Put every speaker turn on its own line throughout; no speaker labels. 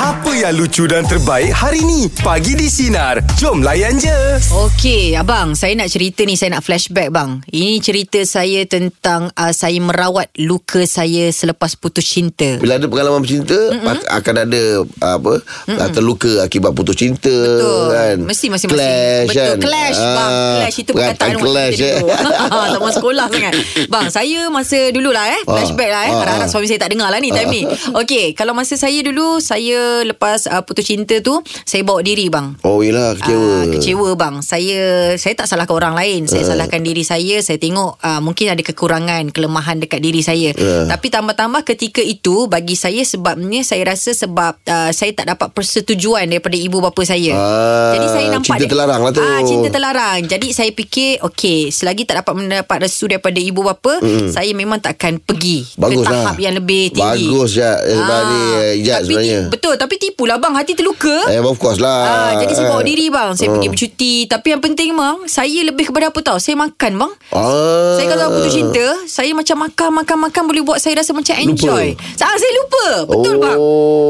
Apa yang lucu dan terbaik hari ni? Pagi di Sinar. Jom layan je.
Okey, abang, saya nak cerita ni, saya nak flashback bang. Ini cerita saya tentang uh, saya merawat luka saya selepas putus cinta.
Bila ada pengalaman bercinta mm akan ada apa Mm-mm. terluka akibat putus cinta
Betul.
kan.
Mesti masing-masing.
clash
Betul,
kan.
clash bang.
Ah,
Clash itu
perkataan
perkataan
clash
kita
eh.
dulu. tak mau sekolah sangat. Bang, saya masa dulu lah eh, flashback lah eh.
ah,
Harap-harap
ah.
suami saya tak dengar lah ni time ni. Okey, kalau masa saya dulu, saya lepas uh, putus cinta tu, saya bawa diri bang.
Oh yelah kecewa. Ah.
Ah, kecewa bang. Saya saya tak salahkan orang lain. Saya uh. salahkan diri saya. Saya tengok uh, mungkin ada kekurangan, kelemahan dekat diri saya.
Ah.
Uh. Tapi tambah-tambah ketika itu bagi saya sebabnya saya rasa sebab uh, saya tak dapat persetujuan daripada ibu bapa saya.
Ah,
Jadi saya nampak
cinta terlarang lah tu.
Ah, cinta terlarang. Jadi saya fikir okey, selagi tak dapat mendapat restu daripada ibu bapa, mm. saya memang takkan pergi
Bagus
ke tahap
lah.
yang lebih tinggi.
Bagus ya sebenarnya
Ah,
Ijat
tapi
sebenarnya.
ti- Betul tapi tipulah bang hati terluka.
Eh of course lah.
Ah, jadi saya bawa
Eh.
diri bang Saya pergi bercuti Tapi yang penting bang Saya lebih kepada apa tau Saya makan bang
Ah.
Saya kalau putus cinta Saya macam makan Makan makan Boleh buat saya rasa macam enjoy Sa- ah, Saya lupa Betul
Oh.
bang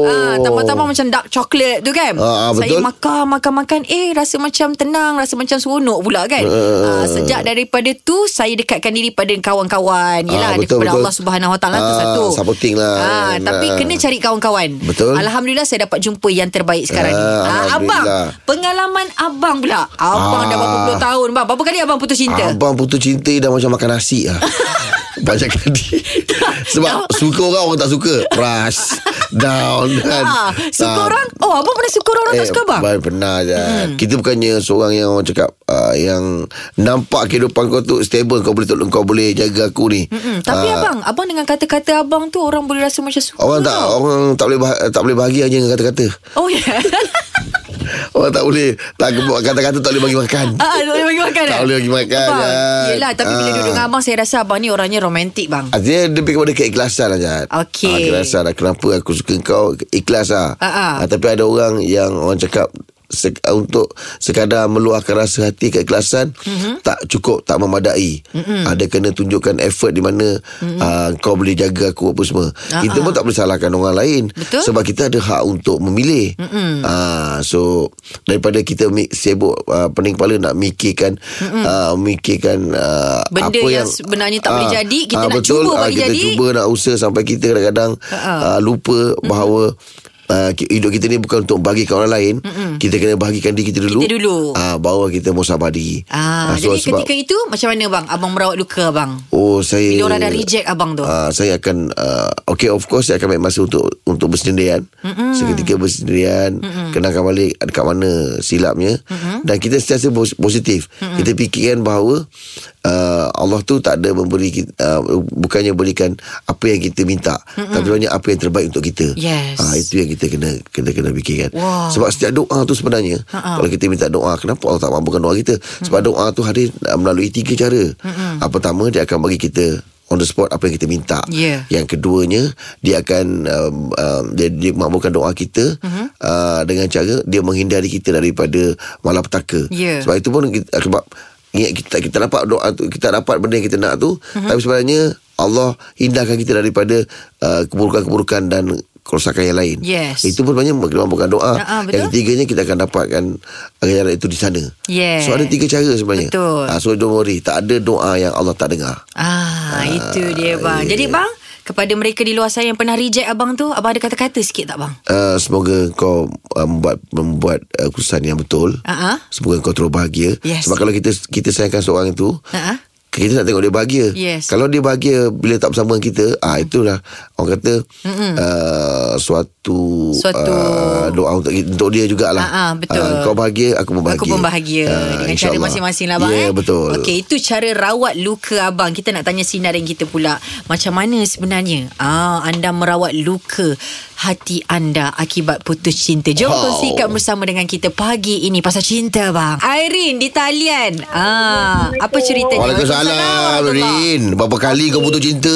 ah, Tambah-tambah macam dark chocolate tu kan
Ah, ah,
Saya
betul.
makan makan makan Eh rasa macam tenang Rasa macam seronok pula kan ah, Sejak daripada tu Saya dekatkan diri pada kawan-kawan Yelah
Ah,
ada
betul,
kepada
betul.
Allah Subhanahu Wa Taala tu
Ah,
satu
supporting lah.
ah, Tapi
Ah.
kena cari kawan-kawan
Betul.
Alhamdulillah saya dapat jumpa yang terbaik sekarang ni
Ah,
ah, Abang
Alhamdulillah.
Pengalaman abang pula Abang dah
Ah.
berapa puluh tahun bang Berapa kali abang putus cinta?
Abang putus cinta dah macam makan nasi lah. Banyak kali Sebab suka orang Orang tak suka Rush Down kan
Ah, suka
Ah, Eh,
orang Oh abang pernah suka orang Orang tak suka abang
baik, Pernah je hmm. Kita bukannya seorang yang orang cakap uh, Yang nampak kehidupan kau tu Stable Kau boleh tolong Kau boleh jaga aku ni
Mm, Tapi
Ah,
abang Abang dengan kata-kata abang tu Orang boleh rasa macam suka
Orang tak Orang tak boleh bah- Tak boleh bahagia je Dengan kata-kata
Oh ya yeah.
Orang tak boleh tak, Kata-kata tak boleh bagi makan
ah, Tak boleh bagi makan
Tak
eh?
boleh bagi makan,
abang.
Jad.
Yelah tapi bila
Ah.
duduk dengan abang Saya rasa abang ni orangnya romantik bang
Artinya Ah, lebih kepada keikhlasan lah Jad
Okey.
ah, Keikhlasan lah Kenapa aku suka kau Ikhlas lah
Ah, ah.
Ah, Tapi ada orang yang orang cakap sek- ah, untuk sekadar meluahkan rasa hati keikhlasan
Mhm.
mm-hmm. tak cukup tak memadai mm-hmm. ada kena tunjukkan effort di mana
Mhm.
mm-hmm. uh, kau boleh jaga aku apa semua uh-huh. kita pun tak boleh salahkan orang lain
Ah, Betul. Mhm.
sebab kita ada hak untuk memilih mm-hmm. uh, so daripada kita mi- sibuk uh, pening kepala nak mikirkan
Mhm.
mm-hmm. uh, mikirkan uh,
Benda
apa
yang
yang,
sebenarnya tak boleh
ah,
jadi, kita
ah,
nak
betul,
cuba
ah,
bagi
kita
jadi.
cuba nak usaha sampai kita kadang-kadang
Ah.
uh, lupa bahawa Uh, hidup kita ni bukan untuk bagikan orang lain Mm-mm. Kita kena bahagikan diri kita dulu
Kita dulu.
uh, Bahawa kita muhasabah diri
ah,
Ah, so
Jadi ketika itu Macam mana bang Abang merawat luka abang
Oh saya
Bila orang dah reject abang tu
Uh, saya akan uh, Okay of course Saya akan ambil masa untuk Untuk bersendirian Mm-mm. Seketika bersendirian Mm-mm. Kenangkan balik Dekat mana silapnya Mm-mm. Dan kita sentiasa pos- positif Mm-mm. Kita fikirkan bahawa uh, Allah tu tak ada memberi kita, uh, Bukannya berikan Apa yang kita minta Mm-mm. Tapi sebenarnya apa yang terbaik untuk kita
Yes.
Ah, Itu yang kita kena Kita kena fikirkan
Wow.
Sebab setiap doa tu sebenarnya
Ha-ha.
Kalau kita minta doa Kenapa Allah tak mampukan doa kita Sebab doa tu hadir uh, Melalui tiga cara mm Pertama dia akan bagi kita on the spot apa yang kita minta.
Yeah.
Yang keduanya dia akan um, um, dia, dia makbulkan doa kita
Mm-hmm.
uh-huh. uh, dengan cara dia menghindari kita daripada malapetaka.
Yeah.
Sebab itu pun kita, eh, sebab ingat kita kita dapat doa tu kita dapat benda yang kita nak tu uh-huh.
Mm-hmm.
tapi sebenarnya Allah hindarkan kita daripada uh, keburukan-keburukan dan kerosakan yang lain.
Yes.
Itu pun sebenarnya memakbulkan doa.
Ah, ah, betul.
yang ketiganya kita akan dapatkan ganjaran itu di sana.
Yes.
So ada tiga cara sebenarnya.
Betul.
Ah, so don't worry, tak ada doa yang Allah tak dengar.
Ah, itu dia bang. Jadi bang, kepada mereka di luar sana yang pernah reject abang tu, abang ada kata-kata sikit tak bang?
Uh, semoga kau uh, membuat membuat uh, keputusan yang betul.
Ah, ah.
Semoga kau terus bahagia.
Yes.
Sebab kalau kita kita sayangkan seorang itu,
Ah, ah.
kita nak tengok dia bahagia.
Yes.
Kalau dia bahagia bila tak bersama dengan kita, ah itulah orang kata uh, suatu
Suatu-
uh, doa untuk untuk dia jugalah.
Ah, ah, betul.
Ah, kau bahagia, aku pun bahagia.
Aku pun bahagia
Ah,
dengan cara
insyaAllah.
masing-masing lah bang.
Ya,
eh?
betul.
Okey, itu cara rawat luka abang. Kita nak tanya sinarin kita pula. Macam mana sebenarnya ah anda merawat luka hati anda akibat putus cinta? Jom wow.
Wow.
kongsikan bersama dengan kita pagi ini pasal cinta bang. Irene di talian. Ah, apa ceritanya?
Waalaikumsalam, Rin. Berapa kali kau putus cinta?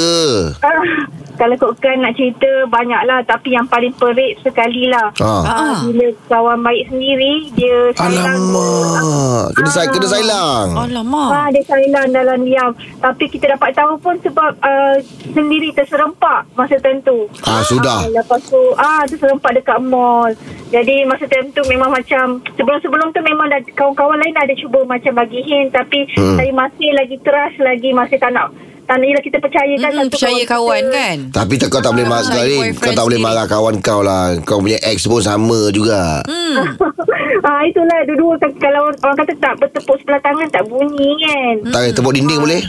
Ah, kalau ikutkan nak cerita banyaklah tapi yang paling perit sekali lah.
Ah.
Ah.
Ah. Bila kawan baik sendiri dia sayang.
Alamak. Kena, ah. kena sailang.
Oh.
Ha,
Alamak.
dia silent dalam diam. Tapi kita dapat tahu pun sebab uh, sendiri terserempak masa tentu.
Ah, sudah.
Ah, lepas tu, ah, terserempak dekat mall. Jadi masa time tu memang macam, sebelum-sebelum tu memang dah, kawan-kawan lain dah ada cuba macam bagi hint. Tapi
Hmm.
hmm. saya masih lagi teras lagi, masih tak nak. Tak nak, yelah kita percayakan.
Mm,
satu
percaya kawan kan?
Tapi tak, kau tak boleh marah
Kawan
sekali.
boyfriend
Kau tak boleh
sendiri.
marah kawan kau lah. Kau punya ex pun sama juga.
ah, itulah, dua-dua kan- kalau orang, orang kata tak bertepuk sebelah tangan tak bunyi kan.
Tak boleh tepuk dinding boleh?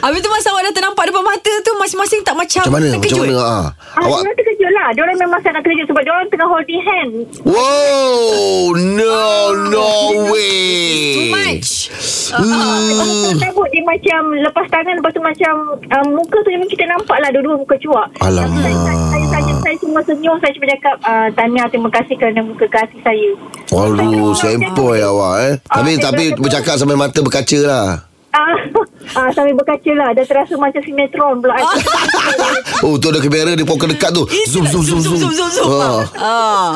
Habis tu masa awak dah ternampak depan mata tu masing-masing tak macam,
Macam mana? Macam
terkejut.
mana? Ah.
Ah,
Awak
Awak... Diorang terkejut lah. Diorang memang sangat terkejut sebab diorang tengah holding hand.
Wow, no, no way.
Too much.
Hmm.
Hmm.
Takut dia macam lepas tangan lepas tu macam um, muka tu memang kita nampak lah dua-dua muka cuak.
Alamak.
Saya, saya, saya, saya, saya cuma senyum saya cuma cakap uh, Tania terima kasih kerana muka kasih saya.
Aduh, sempoi awak eh. Tapi
Ah,
tapi
saya-
bercakap sampai mata berkaca lah.
Ah, ah, sampai berkaca lah Dah terasa macam sinetron pula
Oh, tu ada kamera dia pokok dekat tu. Zoom zoom zoom zoom.
lah. Zoom, zoom, zoom.
Ah.
Ah.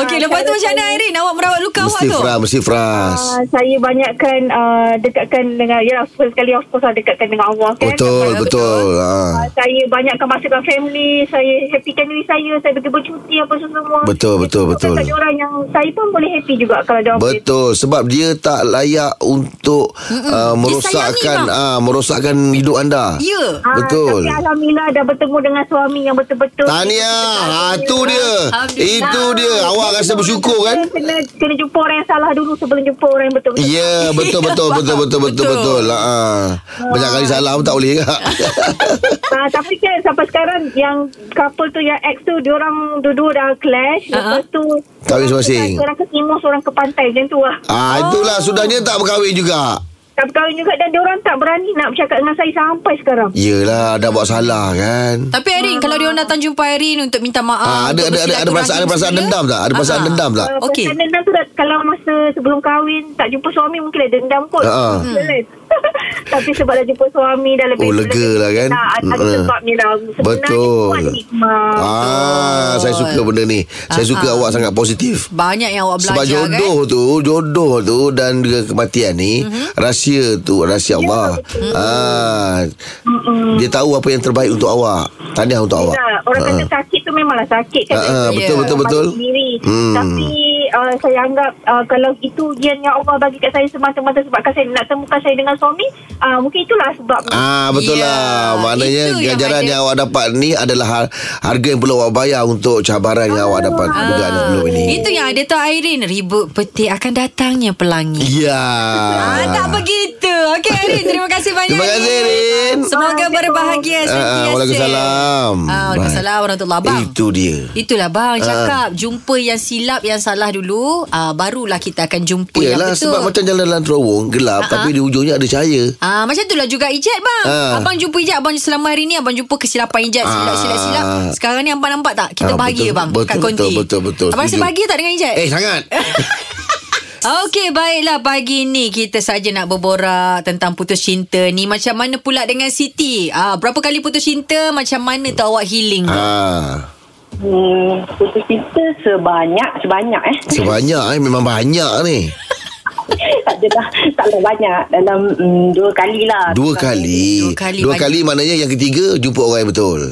Okey,
Ah,
lepas tu
kalau
macam mana
saya-
Irene? Awak merawat luka awak
Mesti
tu?
fras, mesti fras.
Ah, saya banyakkan uh, dekatkan dengan ya first sekali of course lah dekatkan dengan Allah kan.
Betul,
Sampai-
betul. Ah.
Ah, saya banyakkan masukan family saya happykan diri saya saya pergi bercuti apa semua
Betul, betul,
Saya
betul.
tunjukkan kat orang yang saya pun boleh happy juga kalau dia orang
Betul sebab dia tak layak untuk uh, merosakkan
Disayangi,
ah merosakkan hidup anda.
Ya.
Ah,
Betul.
Tapi Alhamdulillah dah bertemu dengan suami yang betul-betul.
Tahniah. Ha tu dia.
Alhamdulillah.
Itu dia. Awak rasa bersyukur kan?
Ah, Kena, kena jumpa orang yang salah dulu sebelum jumpa orang yang betul-betul.
Ya, betul betul betul betul betul betul. Ha. Banyak kali salah pun tak boleh juga.
Ah, tapi kan sampai sekarang yang couple tu yang ex tu diorang dua-dua dah clash.
Ah, ah.
Lepas tu
Kahwin masing-masing.
Orang ke timur, orang ke pantai macam tu lah.
Ah itulah sudahnya tak berkahwin juga.
Tak berkahwin juga dan diorang tak berani nak bercakap dengan saya sampai sekarang.
Yelah dah buat salah kan.
Tapi Irene, kalau dia orang datang jumpa Irene untuk minta
Ah,
maaf.
ada
untuk
ada ada, ada perasaan ada perasaan
bersilaturahim
dendam tak? Ada perasaan
Ah.
dendam tak?
Ah,
Okey.
Perasaan dendam tu dah- kalau masa sebelum kahwin tak jumpa suami mungkin ada dendam kot.
Ah.
Betul. Tapi sebab dah jumpa suami dah lebih
Oh, lega lah kan?
Tak, ada
Mm.
sebabnya dah. Sebenarnya
Betul.
kuat hikmah.
Ah, saya suka benda ni. Saya suka awak sangat positif.
Banyak yang awak
Sebab
belajar
jodoh
kan?
tu Jodoh tu Dan juga kematian ni
Mhm.
mm-hmm. Rahsia tu
Ya.
Rahsia Allah ah, Dia tahu apa yang terbaik untuk awak Tahniah untuk awak
Tak, Ya, orang
Ah,
kata
ah.
sakit tu memanglah sakit kan.
Ah, ah,
betul, betul,
betul.
Sendiri.
Hmm.
Tapi uh, saya anggap uh, kalau itu yang yang Allah bagi kat saya semata-mata sebabkan saya nak temukan saya dengan suami, uh, mungkin itulah sebabnya.
Ah betul
Ya,
lah Maknanya
itu yang
ganjaran
ada.
yang, awak dapat ni Adalah har- harga yang perlu awak bayar Untuk cabaran yang awak dapat Dugaan sebelum ini
Ah. Itu yang ada tau Irene Ribut peti akan datangnya pelangi
Ya
Ah, tak begitu. Okey, Rin. Terima kasih banyak.
Terima kasih, Rin.
Semoga berbahagia
Ah, ah,
sentiasa.
Waalaikumsalam.
Ah, Waalaikumsalam warahmatullahi wabarakatuh.
Itu dia
Itulah bang
Ah.
cakap Jumpa yang silap Yang salah dulu ah, Barulah kita akan jumpa
Yalah
Yang Ya, betul
sebab macam jalan-jalan terowong Gelap Tapi di ujungnya ada cahaya
Ah, macam itulah juga Ijat bang
Ah.
Abang jumpa Ijat Abang selama hari ni Abang jumpa kesilapan Ijat
Ah.
Silap-silap-silap Sekarang ni abang nampak tak Kita
Ah,
bahagia
betul,
bang
betul,
Kat
betul,
konti
betul, betul,
Abang rasa
setuju.
bahagia tak dengan Ijat
Eh sangat
Okey baiklah pagi ni kita saja nak berborak tentang putus cinta ni macam mana pula dengan Siti? Ah berapa kali putus cinta macam mana tu awak healing? Ah.
Ah.
Hmm, putus cinta sebanyak sebanyak eh.
Sebanyak eh Memang banyak ni
Lah, tak ada dah, taklah banyak dalam mm, dua kali lah.
Dua kali
Dua kali
Dua
banyak.
kali maknanya yang ketiga Jumpa orang yang betul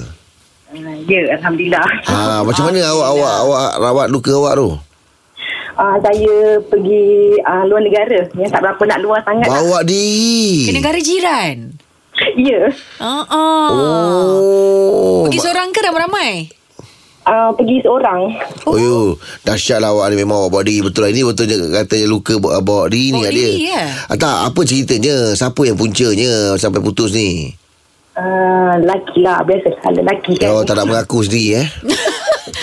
Uh, ya, alhamdulillah.
ha, Macam mana awak, awak awak rawat luka awak tu
Uh, saya pergi uh, luar negara. Ya, tak berapa nak luar sangat. lah.
Bawa diri
Ke negara jiran.
Ya.
Ah ah.
Oh
Pergi seorang ke ramai-ramai?
Uh, pergi seorang.
Oh, yo, dahsyat lah awak ni memang awak bawa diri betul lah. Ini betul je katanya luka bawa, bawa diri ni
Bawa
kat
diri,
dia.
eh?
Ah, tak, apa ceritanya? Siapa yang puncanya sampai putus ni?
Uh, lelaki lah. Biasalah lelaki
Ya,
kan.
Kalau tak nak mengaku sendiri eh.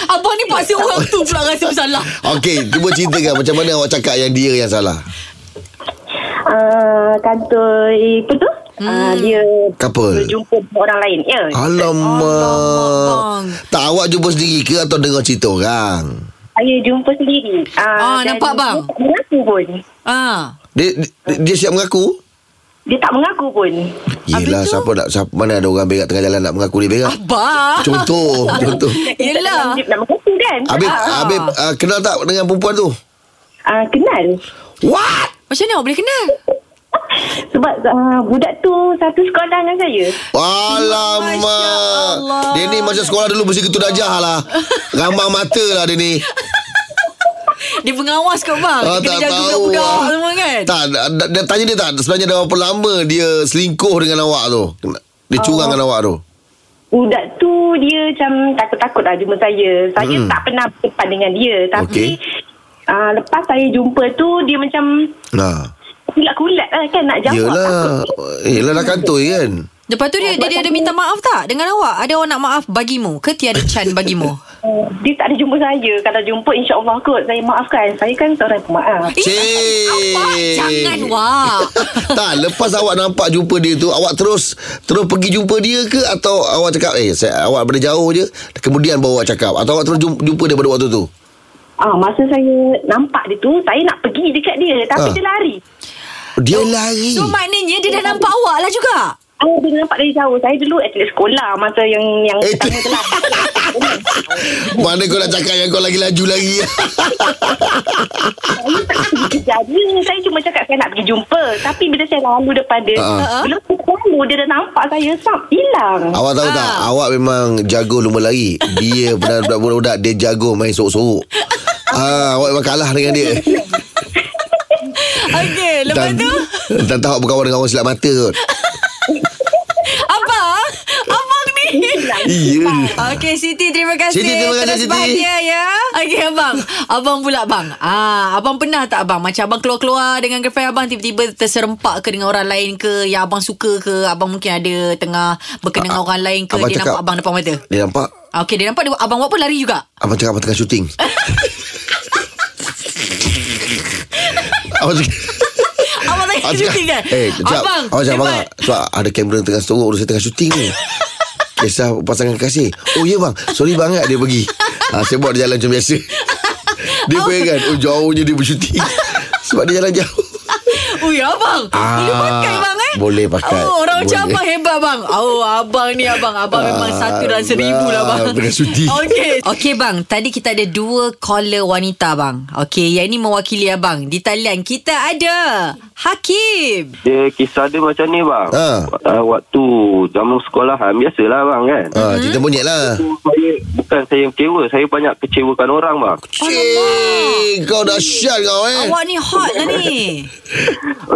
Abang ni paksa orang tu pula rasa bersalah.
Okey, cuba ceritakan macam mana awak cakap yang dia yang salah.
Uh, kantoi apa tu? Hmm. Uh, dia
Couple.
berjumpa dengan orang lain. Ya.
Ah. Alamak.
bang.
Tak awak jumpa sendiri ke atau dengar cerita orang?
Saya jumpa sendiri. Uh,
Ah, nampak, Ah, bang?
Aku pun.
Ah.
Dia dia, dia siap mengaku?
dia tak mengaku pun.
Yelah
Habis tu? Ah.
siapa nak siapa, Mana ada orang berak tengah jalan Nak mengaku dia berak
Abang.
Contoh Contoh
Yelah.
Dia tak nak mengaku kan?
Habib,
Ah.
Habib uh, kenal tak dengan perempuan tu?
Ah, kenal.
What?
Macam mana awak boleh kenal?
Sebab ah, budak tu satu sekolah dengan saya.
Masya
Alamak
Allah.
Dia ni masa sekolah dulu Mesti ketua dajah lah Ramang mata lah dia ni
Dia pengawas ke bang?
Ah,
Dia kena jaga budak-budak semua kan?
Tak dah, dah, dah tanya dia tak Sebenarnya dah berapa lama Dia selingkuh dengan awak tu Kena- Dia curang
Oh.
dengan awak tu
Budak tu dia macam takut-takut lah jumpa saya. Saya
Mm-mm.
tak pernah berdepan dengan dia. Tapi ah, lepas saya jumpa tu dia macam
Nah
kulat-kulat lah kan nak jawab.
Yelah
Takut.
Yelah dah kantoi kan
Lepas tu dia, dia, dia ada minta maaf tak dengan awak? Ada orang nak maaf bagimu ke tiada can bagimu?
Ah, Dia tak ada jumpa saya. Kalau jumpa insyaAllah kot saya maafkan. Saya kan seorang pemaaf.
Eh, Abang, jangan wak.
tak lepas awak nampak jumpa dia tu awak terus terus pergi jumpa dia ke atau awak cakap eh saya, awak daripada jauh je kemudian baru awak cakap atau awak terus jumpa, jumpa dia pada waktu tu
Ah, masa saya nampak dia tu, saya nak pergi dekat dia. Tapi
Ah.
ah. dia lari.
dia lari
Oh, So maknanya dia dah nampak awak lah juga.
Ah, dia nampak dari jauh. Saya dulu atlet sekolah masa yang yang
Eh,
pertama tu lah.
mana kau nak cakap yang kau lagi laju lagi
Saya tak pergi kejar dia. Saya cuma cakap saya nak pergi jumpa. Tapi bila saya lalu depan dia,
Ah.
uh-huh. belum saya lalu, dia dah nampak saya sam hilang.
awak tahu tak
Ah.
awak memang jago lumba lari dia benar budak-budak dia jago main sorok-sorok Ah, awak memang kalah dengan dia
Okey, lepas tu
Dan tahu awak berkawan dengan orang silap mata kot
abang, abang ni.
Iya
Okey Siti terima kasih
Siti, terima kasih,
Terus
Siti.
bahagia ya Okey abang Abang pula abang ah, Abang pernah tak abang Macam abang keluar-keluar Dengan girlfriend abang Tiba-tiba terserempak ke Dengan orang lain ke Yang abang suka ke Abang mungkin ada Tengah berkenan dengan orang lain ke
Ah, abang
Dia
cakap-
nampak abang depan mata
Dia nampak
Ah, Okey dia nampak dia, Abang buat pun lari juga
Abang cakap abang tengah syuting Abang cakap
Abang tak
abang
kena
Ah, cakap,
syuting kan
Eh kejap
Abang
Abang cakap abang
hebat.
Sebab ada kamera tengah setorok tu, Saya tengah syuting ni Kisah pasangan kasih Oh ya bang Sorry bang kan dia pergi ha, Saya buat dia jalan macam biasa Dia bayangkan Oh jauhnya dia bersyuting Sebab dia jalan jauh
Ui abang ah, Boleh
Ah,
pakai bang eh
boleh pakai.
oh, Orang macam
Boleh.
abang hebat bang Oh abang ni abang Abang memang
Ah,
satu dan seribu lah bang
bang, tengah cuti.
Okey Okey bang Tadi kita ada dua caller wanita bang Okey yang ini mewakili abang Di talian kita ada Hakim
Dia kisah dia macam ni bang.
Ha.
Uh, waktu zaman sekolahan biasalah bang kan.
ha,
Mhm.
Cerita monyet lah
Uh. Saya bukan saya kecewa, saya banyak kecewakan orang bang.
Cik Kau dahsyat kau eh
Awak ni hot lah ni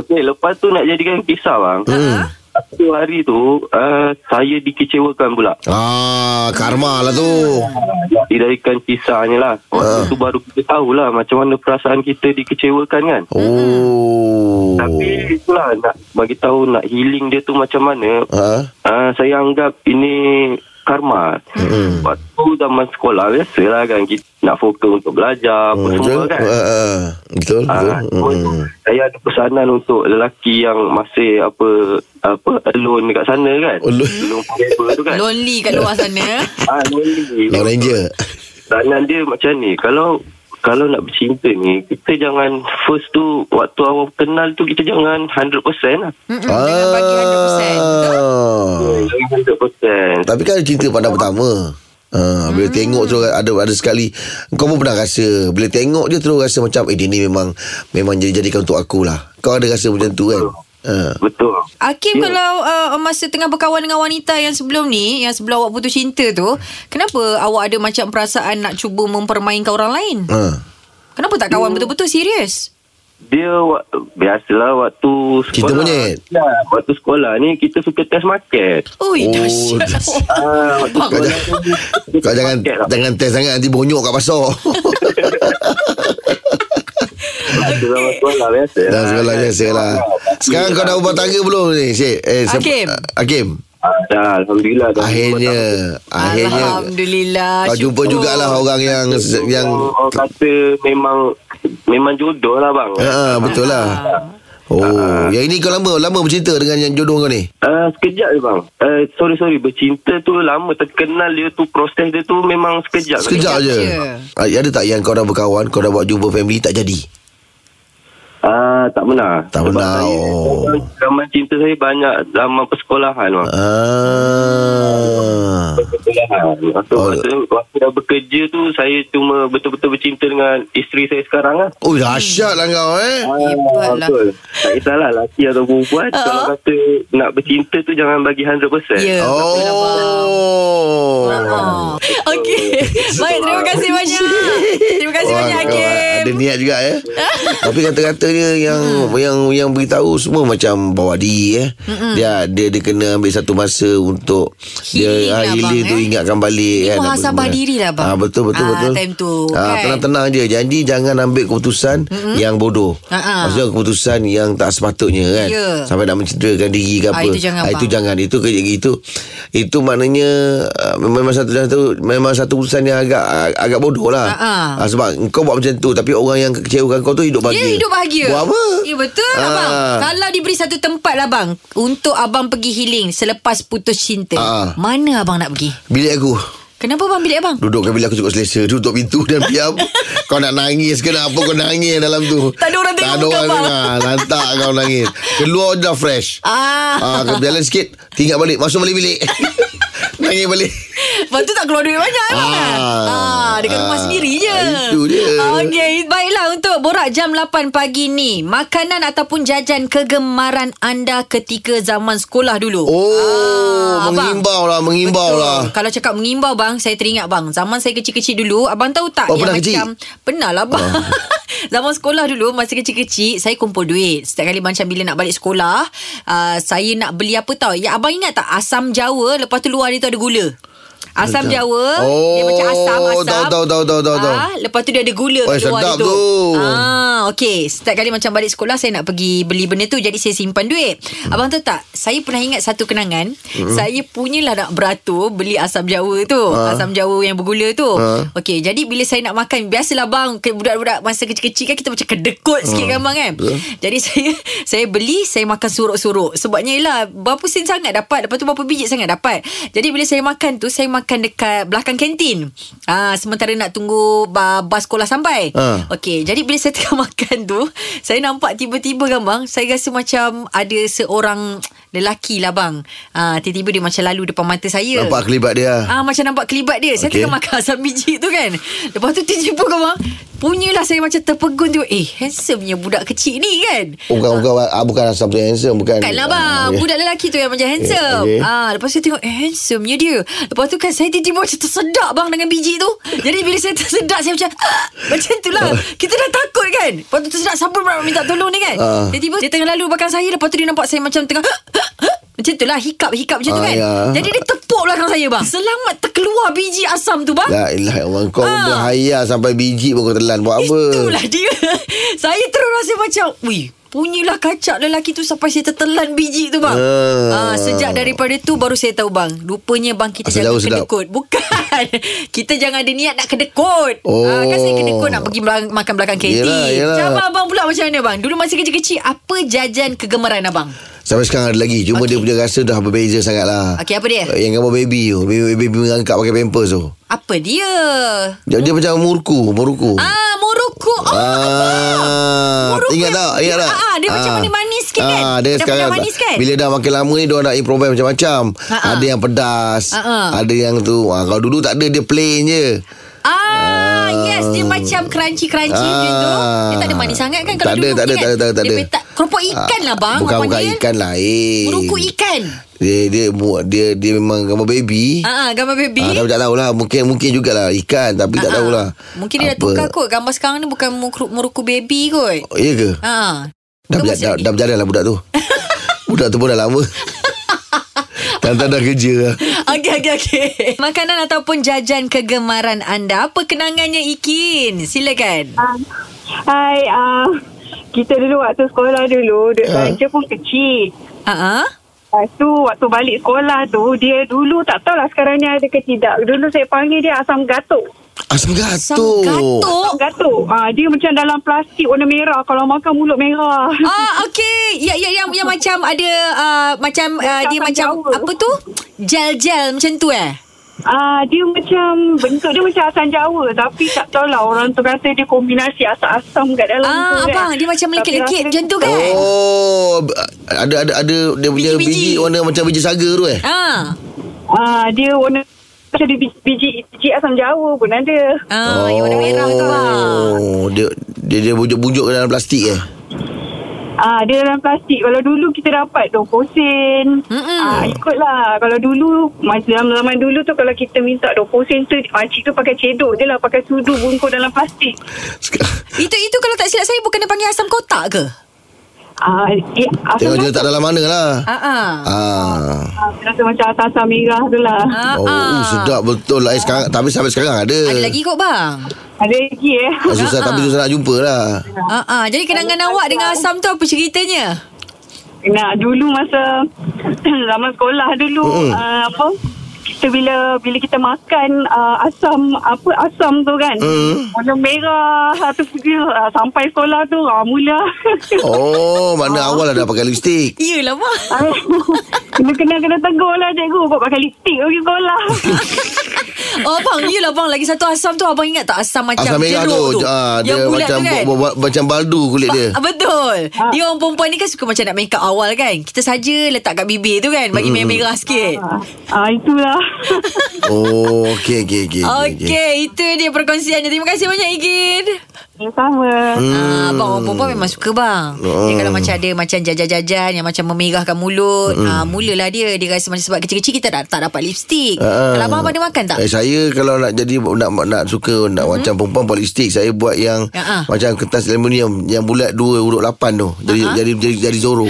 Okey, lepas tu nak jadikan kisah bang.
hmm.
Satu hari tu uh, saya dikecewakan pula.
Ah, karma lah tu
Didarikan kisahnya lah. Waktu tu baru kita tahulah macam mana perasaan kita dikecewakan kan.
Oh
Tapi itulah nak bagi tahu nak healing dia tu macam mana.
Ha?
Uh, saya anggap ini karma. Hmm. Waktu zaman sekolah biasalah kan kita nak fokus untuk belajar apa
Hmm,
semua
betul?
kan.
Ah, ah, ah. betul, betul.
Ah,
Hmm.
Saya ada pesanan untuk lelaki yang masih apa apa alone dekat sana kan.
Alone.
Alone forever tu kan.
Ha? Lonely kat luar sana
Ah, lonely.
Lone Ranger.
Pesanan dia macam ni. Kalau kalau nak bercinta ni, kita jangan first tu waktu awal kenal tu kita jangan 100% lah.
Mm-mm, Hmm, Dengan bagi 100%
Hmm. 100%.
Ah. Tapi kan ada cinta pandang pertama. Ha, bila hmm. tengok terus ada ada sekali kau pun pernah rasa bila tengok je terus rasa macam eh dia ni memang memang jadi jadikan untuk aku lah. Kau ada rasa macam tu kan? Ha.
Betul.
Hakim yeah.
Ya.
kalau uh, masa tengah berkawan dengan wanita yang sebelum ni Yang sebelum awak putus cinta tu Kenapa awak ada macam perasaan nak cuba mempermainkan orang lain?
Ha.
Kenapa tak
Ya.
kawan betul-betul serius?
Dia wak, biasalah waktu sekolah.
Cinta monyet.
Ya, waktu sekolah ni kita suka test market.
Ui,
Oh,
oh, dahsyat
dahsyat.
Ah, waktu
Bang.
sekolah tu, kita
Kau
test
jangan
market lah.
jangan test sangat nanti bonyok kat pasar.
Waktu zaman sekolah biasa. Ah,
dah sekolah biasa lah. Sekarang kau dah ubah tangga belum ni, Syed? Eh, siapa-
Hakim.
Hakim.
Ah, Dah, Alhamdulillah. Dah
Akhirnya akhirnya
Alhamdulillah
kau jumpa
syukur.
jugalah orang yang yang
Yang orang kata memang memang jodoh lah bang.
ha, ha, betul lah. Oh, yang ini kau lama lama bercinta dengan yang jodoh kau ni.
Uh, sekejap je bang uh, Sorry sorry Bercinta tu lama Terkenal dia tu Proses dia tu Memang sekejap
Sekejap
je.
je. Ah, Ada tak yang kau dah berkawan, kau dah buat jumpa family tak jadi?
Ah, tak pernah.
Tak
Sebab
pernah,
saya-
oh.
zaman- Zaman cinta saya banyak zaman persekolahan. Mak.
Ah.
Persekolahan. Waktu,
Oh.
waktu, waktu dah bekerja tu, saya cuma betul-betul bercinta dengan isteri saya sekarang lah. Ah,
Oh dahsyat lah kau eh
Hebat lah.
betul. Tak kisahlah lelaki atau perempuan.
Ah.
Kalau kata nak bercinta tu jangan bagi 100%.
Ya, betul lah, Abang.
Oh
Oh. Okey. Baik, terima kasih banyak. Terima kasih
Wah,
banyak,
kau
Hakim. Hmm.
Ada niat juga ya. Tapi kata-katanya yang yang yang beritahu semua macam bawa diri eh. Dia dia dia kena ambil satu masa untuk
Healing lah,
dia ah,
abang,
healing tu
eh.
ingatkan balik
Ni
kan. apa
muhasabah
benda.
diri lah, abang.
Ah betul betul
Ah,
betul.
time tu,
Ah
kan?
tenang-tenang je. Jadi jangan ambil keputusan yang bodoh.
Ah, ah.
Maksudnya keputusan yang tak sepatutnya kan.
Ya.
Sampai nak mencederakan diri ke
Ah,
apa.
itu jangan,
Ah, itu
abang.
jangan itu ke itu itu maknanya ah, memang satu satu memang satu urusan yang agak ah, agak bodoh lah.
Ah, ah.
Ah, sebab kau buat macam tu Tapi orang yang kecewakan kau tu Hidup bahagia
Ya hidup bahagia
Buat apa
Ya betul
Ah.
abang Kalau diberi satu tempat lah abang Untuk abang pergi healing Selepas putus cinta
Ah.
Mana abang nak pergi?
Bilik aku
Kenapa abang bilik abang?
Dudukkan bilik aku cukup selesa Tutup pintu dan diam Kau nak nangis ke nak apa Kau nangis dalam tu
Tak ada orang
Tak
tengok
ada
muka
orang
abang.
dengar Lantak kau nangis Keluar je dah fresh
Ah.
ah Kau jalan sikit Tinggal balik Masuk balik bilik Nangis balik
Lepas tu tak keluar duit banyak ah, kan?
Ah.
ah, Dekat rumah
Ah,
sendiri je
itu dia.
Okey Baiklah untuk borak jam 8 pagi ni Makanan ataupun jajan kegemaran anda ketika zaman sekolah dulu
Oh
Ah, abang.
Mengimbau lah Mengimbau
Betul.
lah
Kalau cakap mengimbau bang, saya teringat bang. Zaman saya kecil-kecil dulu, abang tahu tak
Oh, pernah kecil? Ah.
pernah lah bang. Zaman sekolah dulu Masa kecil-kecil Saya kumpul duit Setiap kali macam Bila nak balik sekolah uh, Saya nak beli apa tau Ya abang ingat tak Asam jawa Lepas tu luar dia tu ada gula Asam jawa Dia
Oh,
macam asam-asam
tahu, tahu, tahu, tahu, tahu, tahu.
Ah, Lepas tu dia ada gula
Oi,
kat luar
sedap
dia tu
tu.
ah, Okay Setiap kali macam balik sekolah Saya nak pergi beli benda tu Jadi saya simpan duit Abang tahu tak Saya pernah ingat satu kenangan Saya punyalah nak beratur Beli asam jawa tu
Ah.
Asam jawa yang bergula tu
Ah.
Okay jadi bila saya nak makan Biasalah bang ke- Budak-budak masa kecil-kecil kan Kita macam kedekut sikit kan bang kan
Ah. Betul.
Jadi saya Saya beli Saya makan sorok-sorok Sebabnya ialah Berapa sen sangat dapat Lepas tu berapa biji sangat dapat Jadi bila saya makan tu Saya makan dekat Belakang kantin ah, Sementara nak tunggu ba- Bas sekolah sampai
Ah.
Okey, jadi bila saya tengah makan tu, saya nampak tiba-tiba kan bang, saya rasa macam ada seorang lelaki lah bang. Ah, tiba-tiba dia macam lalu depan mata saya.
Nampak kelibat dia
Ah macam nampak kelibat dia. Saya
Okey.
tengah makan asam biji tu kan. Lepas tu tiba-tiba kan bang, punyalah saya macam terpegun tu. Eh, handsomenya budak kecil ni kan.
Oh, bukan, bukan, ah, bukan asam tu yang handsome Bukan
Kan lah bang
Ah,
Budak lelaki tu yang macam handsome
okey.
okay. ah, Lepas tu saya tengok Eh handsomenya dia Lepas tu kan saya tiba-tiba macam tersedak bang Dengan biji tu Jadi bila saya tersedak Saya macam ah, Macam tu lah Kita dah takut kan Lepas tu tersedak Siapa nak minta tolong ni kan
Ah.
Tiba-tiba dia tengah lalu belakang saya Lepas tu dia nampak saya macam tengah macam tu lah Hikap-hikap macam tu
Ah,
kan
ya.
Jadi dia tepuk belakang saya bang Selamat terkeluar biji asam tu bang
La ilah ya Allah Kau
Ah.
berhayal sampai biji pun kau telan Buat apa
Itulah dia Saya terus rasa macam Wih Punyalah kacak lelaki tu Sampai saya tertelan biji tu bang ah.
Ah.
Sejak daripada tu Baru saya tahu bang Rupanya bang Kita
Asam
jangan
jauh sedap.
kedekut Bukan Kita jangan ada niat Nak kedekut
Oh.
ah, Kan saya kedekut Nak pergi belang, makan belakang kantin
Yelah, yelah.
Macam abang pula macam mana bang Dulu masa kecil-kecil Apa jajan kegemaran abang
Sampai sekarang ada lagi Cuma
Okey.
dia punya rasa dah berbeza sangat lah
Okey, apa dia?
Yang gambar baby tu Baby, baby mengangkat pakai pampers tu
Apa dia
Dia, dia macam murku Murku
Ah Morocco Oh
Ah,
Muruk
ingat
dia-
tak? Ingat
dia-
tak?
ah, dia macam manis-manis sikit kan?
Ah, dia
Ada
sekarang
pedas manis kan?
bila dah makin lama ni dia orang nak improvise macam-macam.
Ah, ah.
Ada yang pedas,
Ah, ah.
ada yang tu. Ah, kalau dulu tak ada dia plain je.
Ah, yes Dia macam crunchy-crunchy
Ah.
macam tu Dia tak ada manis sangat kan
Tak
Kalau
ada,
dulu
tak ada,
ingat,
tak ada, tak ada, tak
Dia
ada. Ah,
petak keropok ikan lah bang
Bukan
abang
bukan
panggil.
ikan lain.
Merukuk ikan
Dia dia buat dia dia memang gambar baby.
Ah, ah, gambar baby
Ah, tapi tak tahulah Mungkin mungkin jugalah Ikan Tapi
Ah,
tak
ah.
tahulah
Mungkin dia dah
Apa-
tukar kot Gambar sekarang ni bukan murukuk, murukuk baby kot
Oh, iya ke?
Ah, Kau
Dah, berja-
masih
dah,
lagi?
dah berjalan lah budak tu Budak tu pun dah lama Tantan dah kerja lah
Okey, okey, okey Makanan ataupun jajan kegemaran anda Apa kenangannya Ikin? Silakan
Ah.
Hai, uh, kita dulu waktu sekolah dulu, duit
Ah.
belanja pun kecil.
Ah, ah.
Lepas tu waktu balik sekolah tu Dia dulu tak tahulah sekarang ni ada ke tidak Dulu saya panggil dia asam gatuk
Asam
Asam gatuk
gatuk
Asam gatuk ha, Dia macam dalam plastik warna merah Kalau makan mulut merah
Ah okey. Ya ya yang yang macam ada uh, macam uh, dia
Asam
macam
Jawa.
apa tu? Gel-gel macam tu eh.
Ah, dia macam bentuk dia macam asam Jawa tapi tak tahulah orang tu kata dia kombinasi asam-asam kat dalam tu
Ah,
kan.
abang dia macam
Tapi
lekit-lekit
rasa-
macam tu kan?
Oh, b- ada ada ada dia punya
Biji-biji.
biji, warna macam biji saga tu eh.
Ah.
Ah, dia warna macam dia biji, biji, biji asam Jawa pun ada.
Ah, yang warna merah tu ah. bang.
Oh, dia dia dia bujuk-bujuk dalam plastik eh.
Ah, dia dalam plastik. Kalau dulu kita dapat 20 sen.
Mm-mm.
Ah, ikutlah. Kalau dulu, masa dalam zaman dulu tu kalau kita minta 20 sen tu, makcik tu pakai cedok je lah. Pakai sudu bungkus dalam plastik.
Sek-
Itu itu kalau tak silap saya bukan dia panggil asam kotak ke?
Ah, eh, asam
Tengok je tak dalam mana lah.
Ah ah.
Ah.
Ah, rasa macam asam-asam merah tu lah.
Ah,
Oh,
ah.
uh, sedap betul lah. Eh, sekarang, tapi sampai sekarang ada.
Ada lagi kot bang.
Ada lagi eh.
Ah, susah
Ah,
tapi
ah.
susah nak jumpa lah.
Ah ah. Jadi kenangan awak dengan asam tu apa ceritanya?
Nah dulu masa zaman sekolah dulu
Mm-mm.
mm. uh, apa kita bila bila kita makan uh, asam apa asam tu kan
Mm.
warna merah satu pergi uh, sampai sekolah tu ah mula
Ah.
Oh, mana awal lah dah pakai lipstick.
Iyalah bang.
Ah, kena kena kena tegur lah cikgu buat pakai lipstick lah. pergi sekolah
Oh bang, iyalah bang lagi satu asam tu abang ingat tak asam macam
Asam merah
jeruk
tu.
tu.
Ah, dia
yang bulat
macam
tu kan.
bu- bu- macam baldu kulit dia.
Ah, betul.
Ha.
Dia orang perempuan ni kan suka macam nak make up awal kan. Kita saja letak kat bibir tu kan
Hmm.
bagi merah-merah sikit.
ah itulah
Oh, okey okey okey.
Okey, okay, itu dia perkongsiannya. Terima kasih banyak Igin.
Ya, sama
Hmm. Ah, abang orang perempuan memang suka bang.
Oh.
Hmm. Dia kalau macam ada macam jajan-jajan yang macam memerahkan mulut, hmm. ah mulalah dia dia rasa macam sebab kecil-kecil kita tak, tak dapat lipstick.
Ah.
Kalau abang abang dia makan tak? Mhm.
Eh, saya kalau nak jadi nak nak suka nak hmm. macam perempuan polistik saya buat yang
Ah, ah.
macam kertas aluminium yang bulat dua huruf lapan tu. Jadi jadi jadi, jadi Zoro.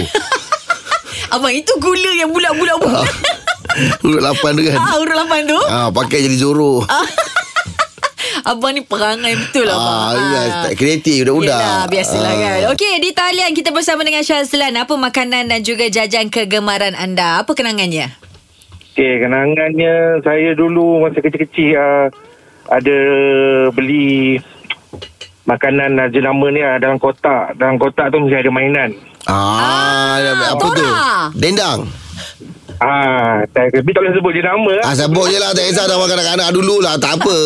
Abang itu gula yang bulat-bulat. bulat.
huruf lapan tu kan.
ah, huruf lapan tu.
Ah, pakai jadi Zoro.
Abang ni perangai betul lah abang.
Ah, ah, kreatif budak-budak.
Yelah, biasalah
Ah.
kan. Okey, di talian kita bersama dengan Syazlan. Apa makanan dan juga jajan kegemaran anda? Apa kenangannya?
Okey, kenangannya saya dulu masa kecil-kecil uh, ada beli makanan uh, jenama ni uh, dalam kotak. Dalam kotak tu mesti ada mainan.
Ah, apa tu?
Tora.
Dendang.
Ah, tak, tapi tak boleh sebut jenama.
Ah, sebut je lah. Tak kisah dah makan anak-anak dulu lah. Tak apa.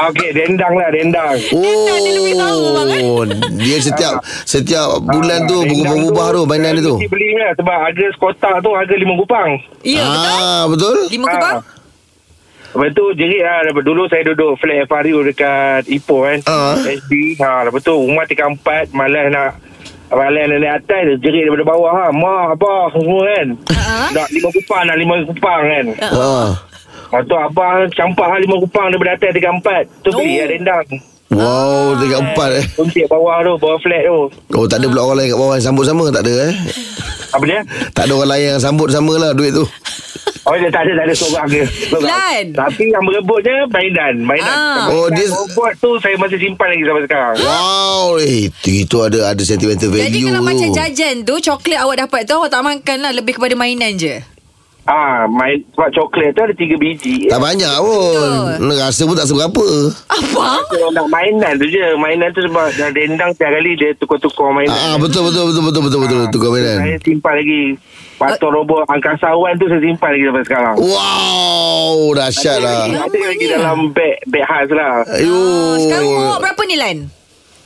Ah, Okey, dendang lah, dendang.
dia lebih tahu, kan? bang,
Oh, dia setiap setiap
Ah,
bulan tu berubah-ubah tu mainan dia tu.
Mesti beli lah sebab harga sekotak tu harga lima kupang.
Ya, betul.
Ah, betul?
Lima kubang?
Lepas tu jerit lah Lepas Dulu saya duduk flat FRU dekat Ipoh kan
Ah.
SP ha, Lepas tu rumah tingkat empat Malas nak Malas nak naik atas dia Jerit daripada bawah ha. Mak, abah semua kan Nak lima kupang Nak lima kupang kan
Ah.
Lepas tu abah campak lah lima kupang Daripada atas tingkat empat Tu beli lah rendang
Wow, dekat empat eh.
Untuk bawah tu Bawah flat tu
Oh, tak ada pula orang lain kat bawah yang sambut sama? Tak ada eh?
Apa dia?
Tak ada orang lain yang sambut sama lah duit tu.
Oh dia tak ada Tak ada seorang je Seorang.
Lan.
Tapi yang merebutnya Mainan Mainan
Ah.
Mainan
Oh, dia-
Robot tu saya masih simpan lagi sampai sekarang
Wow, eh, itu, itu ada ada sentimental value
Jadi kalau
tu.
macam jajan tu, coklat awak dapat tu, awak tak makan lah. Lebih kepada mainan je.
Ah, main sebab coklat tu ada tiga biji.
tak banyak pun. Rasa pun tak seberapa.
Abang?
Kalau nak mainan tu je. Mainan tu sebab dah rendang tiap kali dia tukar-tukar mainan.
Ah, ah, betul betul betul betul betul betul betul kameran.
Saya simpan lagi. Patung robot angkasawan tu saya simpan lagi sampai sekarang.
Wow, dahsyat Oh, lah.
Ada lagi dalam beg beg khas lah.
Oh,
Ayuh.
sekarang umur awak berapa ni, Lan?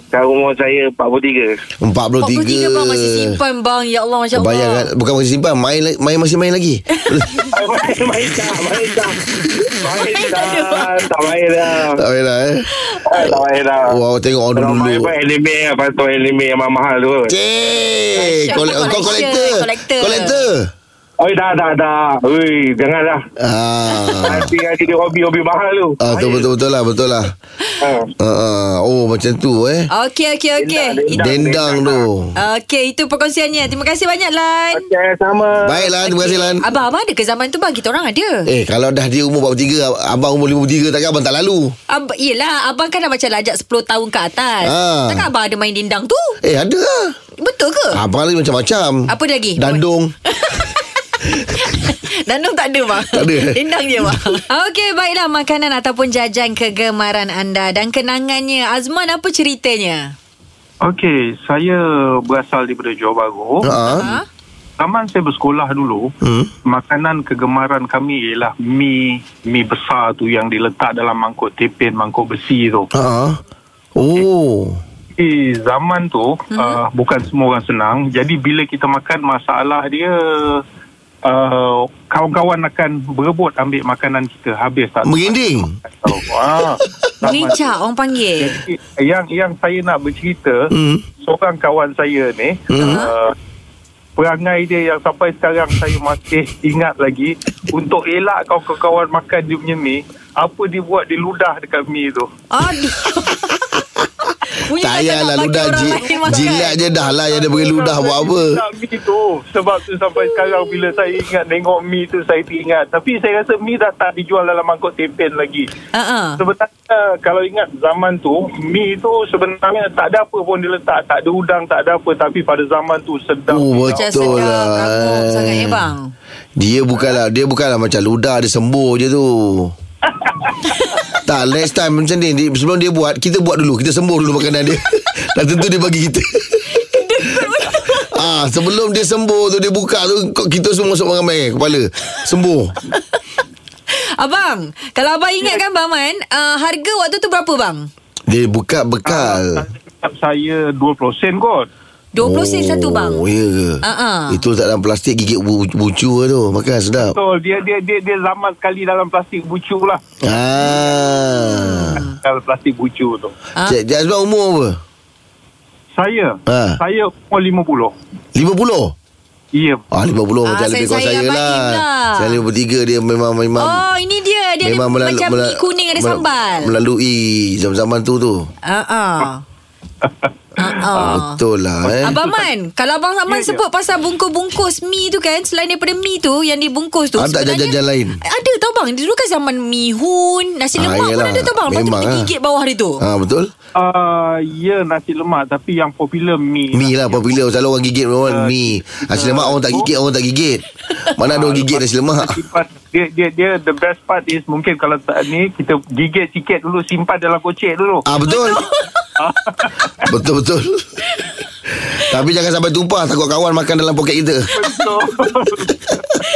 Sekarang umur saya 43.
43 bang masih
43.
simpan bang. Ya Allah, Masya Allah.
Bayangkan kan? bukan masih simpan, main la- main masih main lagi.
main, main tak, main tak. Main tak,
ada,
tak main dah.
tak payah lah eh.
Ah, Tak main dah.
Wow, tengok order
Kalau main
dulu.
pun anime lah. Patung anime yang mahal
Cik,
tu.
Dahsyat.
kole-
Collection,
kau kolektor.
collector.
Kolektor.
Oh, dah, dah, dah. Ui, janganlah.
Ah.
Nanti nanti dia hobi-hobi mahal tu.
Ah, tu betul betul lah, betul lah.
Ah.
Ah, ah. oh macam tu eh.
Okey, okey, okey.
Dendang,
Dendang tu.
Okey, itu perkongsiannya. Terima kasih banyak, Lan.
Okay, sama.
Baiklah, terima kasih Lan.
Ah, Abang, abang ada ke zaman tu bang? Kita orang ada.
Eh, kalau dah dia umur berapa tiga, abang umur 53 takkan abang tak lalu.
Ab, yelah, abang kan dah macam lajak 10 tahun ke atas.
Ah.
Takkan abang ada main dindang tu?
Eh, ada lah.
Betul ke?
Abang lagi macam-macam.
Ah. Apa lagi?
Dandung.
Dandung tak ada bang
Tak ada.
Dindang je bang Okey baiklah Makanan ataupun jajan kegemaran anda Dan kenangannya Azman apa ceritanya? Oh.
Okey, saya berasal daripada Johor Bahru.
Ha.
Ha?
Zaman saya bersekolah dulu, hmm? makanan kegemaran kami ialah mi mi besar tu yang diletak dalam mangkuk tepin, mangkuk besi tu.
Ah.
Ha. Oh.
Di zaman tu hmm. uh, bukan semua orang senang. Jadi bila kita makan masalah dia uh, kawan-kawan akan berebut ambil makanan kita habis tak?
Merinding.
tahu. Ah, zaman tu.
Merica orang panggil.
Jadi, yang yang saya nak bercerita
Hmm.
seorang kawan saya ni
Hmm.
uh, perangai dia yang sampai sekarang saya masih ingat lagi untuk elak kawan-kawan makan dia punya mi apa dia buat dia ludah dekat mi tu
Aduh. Bunyi
Tak
macam
payahlah
nak bagi
ludah
orang
ji,
lain makan.
jilat je dah lah yang dia beri ludah buat apa.
Tak mi tu sebab tu sampai sekarang bila saya ingat tengok mi tu saya teringat tapi saya rasa mi dah tak dijual dalam mangkuk tempen lagi
Ha ah.
Sebenarnya kalau ingat zaman tu Mi tu sebenarnya tak ada apa pun dia letak Tak ada udang, tak ada apa Tapi pada zaman tu sedap
Oh,
Macam
betul
sedap,
lah.
kagum sangat, eh, bang.
Dia bukanlah dia bukanlah macam ludah dia sembur je tu. tak, next time macam ni dia- Sebelum dia buat Kita buat dulu Kita sembur dulu makanan dia Dah tentu dia bagi kita Ah, Sebelum dia sembur tu Dia buka tu kau- Kita semua masuk ramai Kepala Sembur
Abang, kalau abang ingat kan Bang Man, uh, harga waktu tu berapa bang?
Dia buka bekal
Saya 20 sen kot
20 oh, sen satu bang. Ah,
Oh ya ke
Ah-ah.
Itu tak dalam plastik Gigit bu- bucu tu Makan sedap
So dia dia dia dia zaman sekali dalam plastik bucu lah
Ah.
Dalam plastik bucu tu
Ah.
Cik Cik Azman umur apa?
Saya
Ha.
Saya umur
50?
50 Ya
Ah 50 ah, macam
saya-
lebih kurang
saya
saya,
abang
lah.
Im lah.
Saya lebih tiga dia memang memang
Oh, ini dia. Dia
memang
ada
melalu-
macam
mela-
mi kuning ada
mela-
sambal.
Melalui zaman-zaman tu tu.
Ha ah. Ha ah.
Betul lah eh.
Abang Man, kalau Abang Man sebut pasal bungkus-bungkus mi tu kan, selain daripada mi tu yang dibungkus tu,
Ada Ah, tak
sebenarnya-
jajan-jajan lain?
Ada tau bang. Dulu kan zaman mi hun, nasi
Ah,
lemak pun
yelah.
ada tau bang. Lepas tu
Memang
kita
lah.
gigit bawah dia tu.
Ah betul.
uh, Ya nasi lemak Tapi yang popular mi
Mi lah popular Selalu orang gigit memang mi Nasi lemak orang tak gigit Orang tak gigit Mana ada orang gigit nasi lemak
Ah, Simpan. Dia, dia, dia the best part is mungkin kalau tak ni kita gigit sikit dulu simpan dalam kocek dulu.
Ah betul Betul-betul Tapi jangan sampai tumpah Takut kawan makan dalam poket kita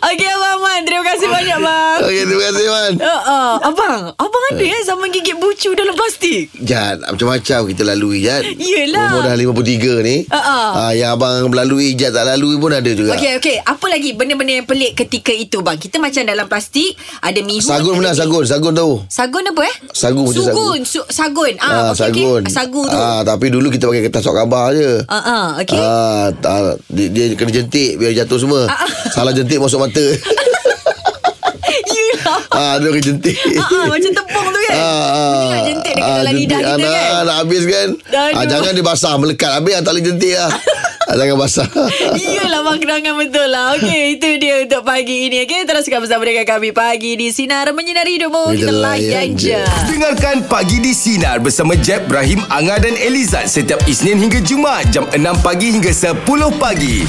Okey Abang Man, terima kasih banyak bang.
Okay terima kasih Man
Uh, uh, abang, abang ada eh zaman gigit bucu dalam plastik.
Jad Macam-macam kita lalui Jad
Yelah.
Umur dah 53 ni
Ha-ha.
ah, Yang abang melalui Jad tak lalui pun ada juga
Okey okey, apa lagi benda-benda yang pelik ketika itu bang? Kita macam dalam plastik, ada mi hun.
Sagun pernah Sagun Sagun tahu
Sagun apa eh?
Sagu macam
Sugun, su- sagun. Ah, okey okey. Sagu tu.
ah, Tapi dulu kita pakai kertas sok khabar je
Ah, ah, okey.
Ah, ah, dia, dia kena jentik biar jatuh semua.
Ah, ah.
Salah jentik masuk mata.
Yelah.
ah, dia kena jentik. ah.
Ah, ah, macam tepung tu kan. Bunyi nak jentik dekat dalam lidah kita
anak,
kan.
Ah, Nak habis kan. Ah,
Aduh.
jangan dia basah melekat. Habis ah, tak boleh jentik lah. ah, jangan basah.
Iyalah bang kenangan betul lah Okey itu dia untuk pagi ini Okey teruskan bersama dengan kami Pagi di Sinar Menyinari Hidupmu Kita
Kita
layan
layan
je
je.
Dengarkan Pagi di Sinar bersama Jeb, Ibrahim, Anga dan Elizad setiap Isnin hingga Jumaat jam 6 pagi hingga 10 pagi.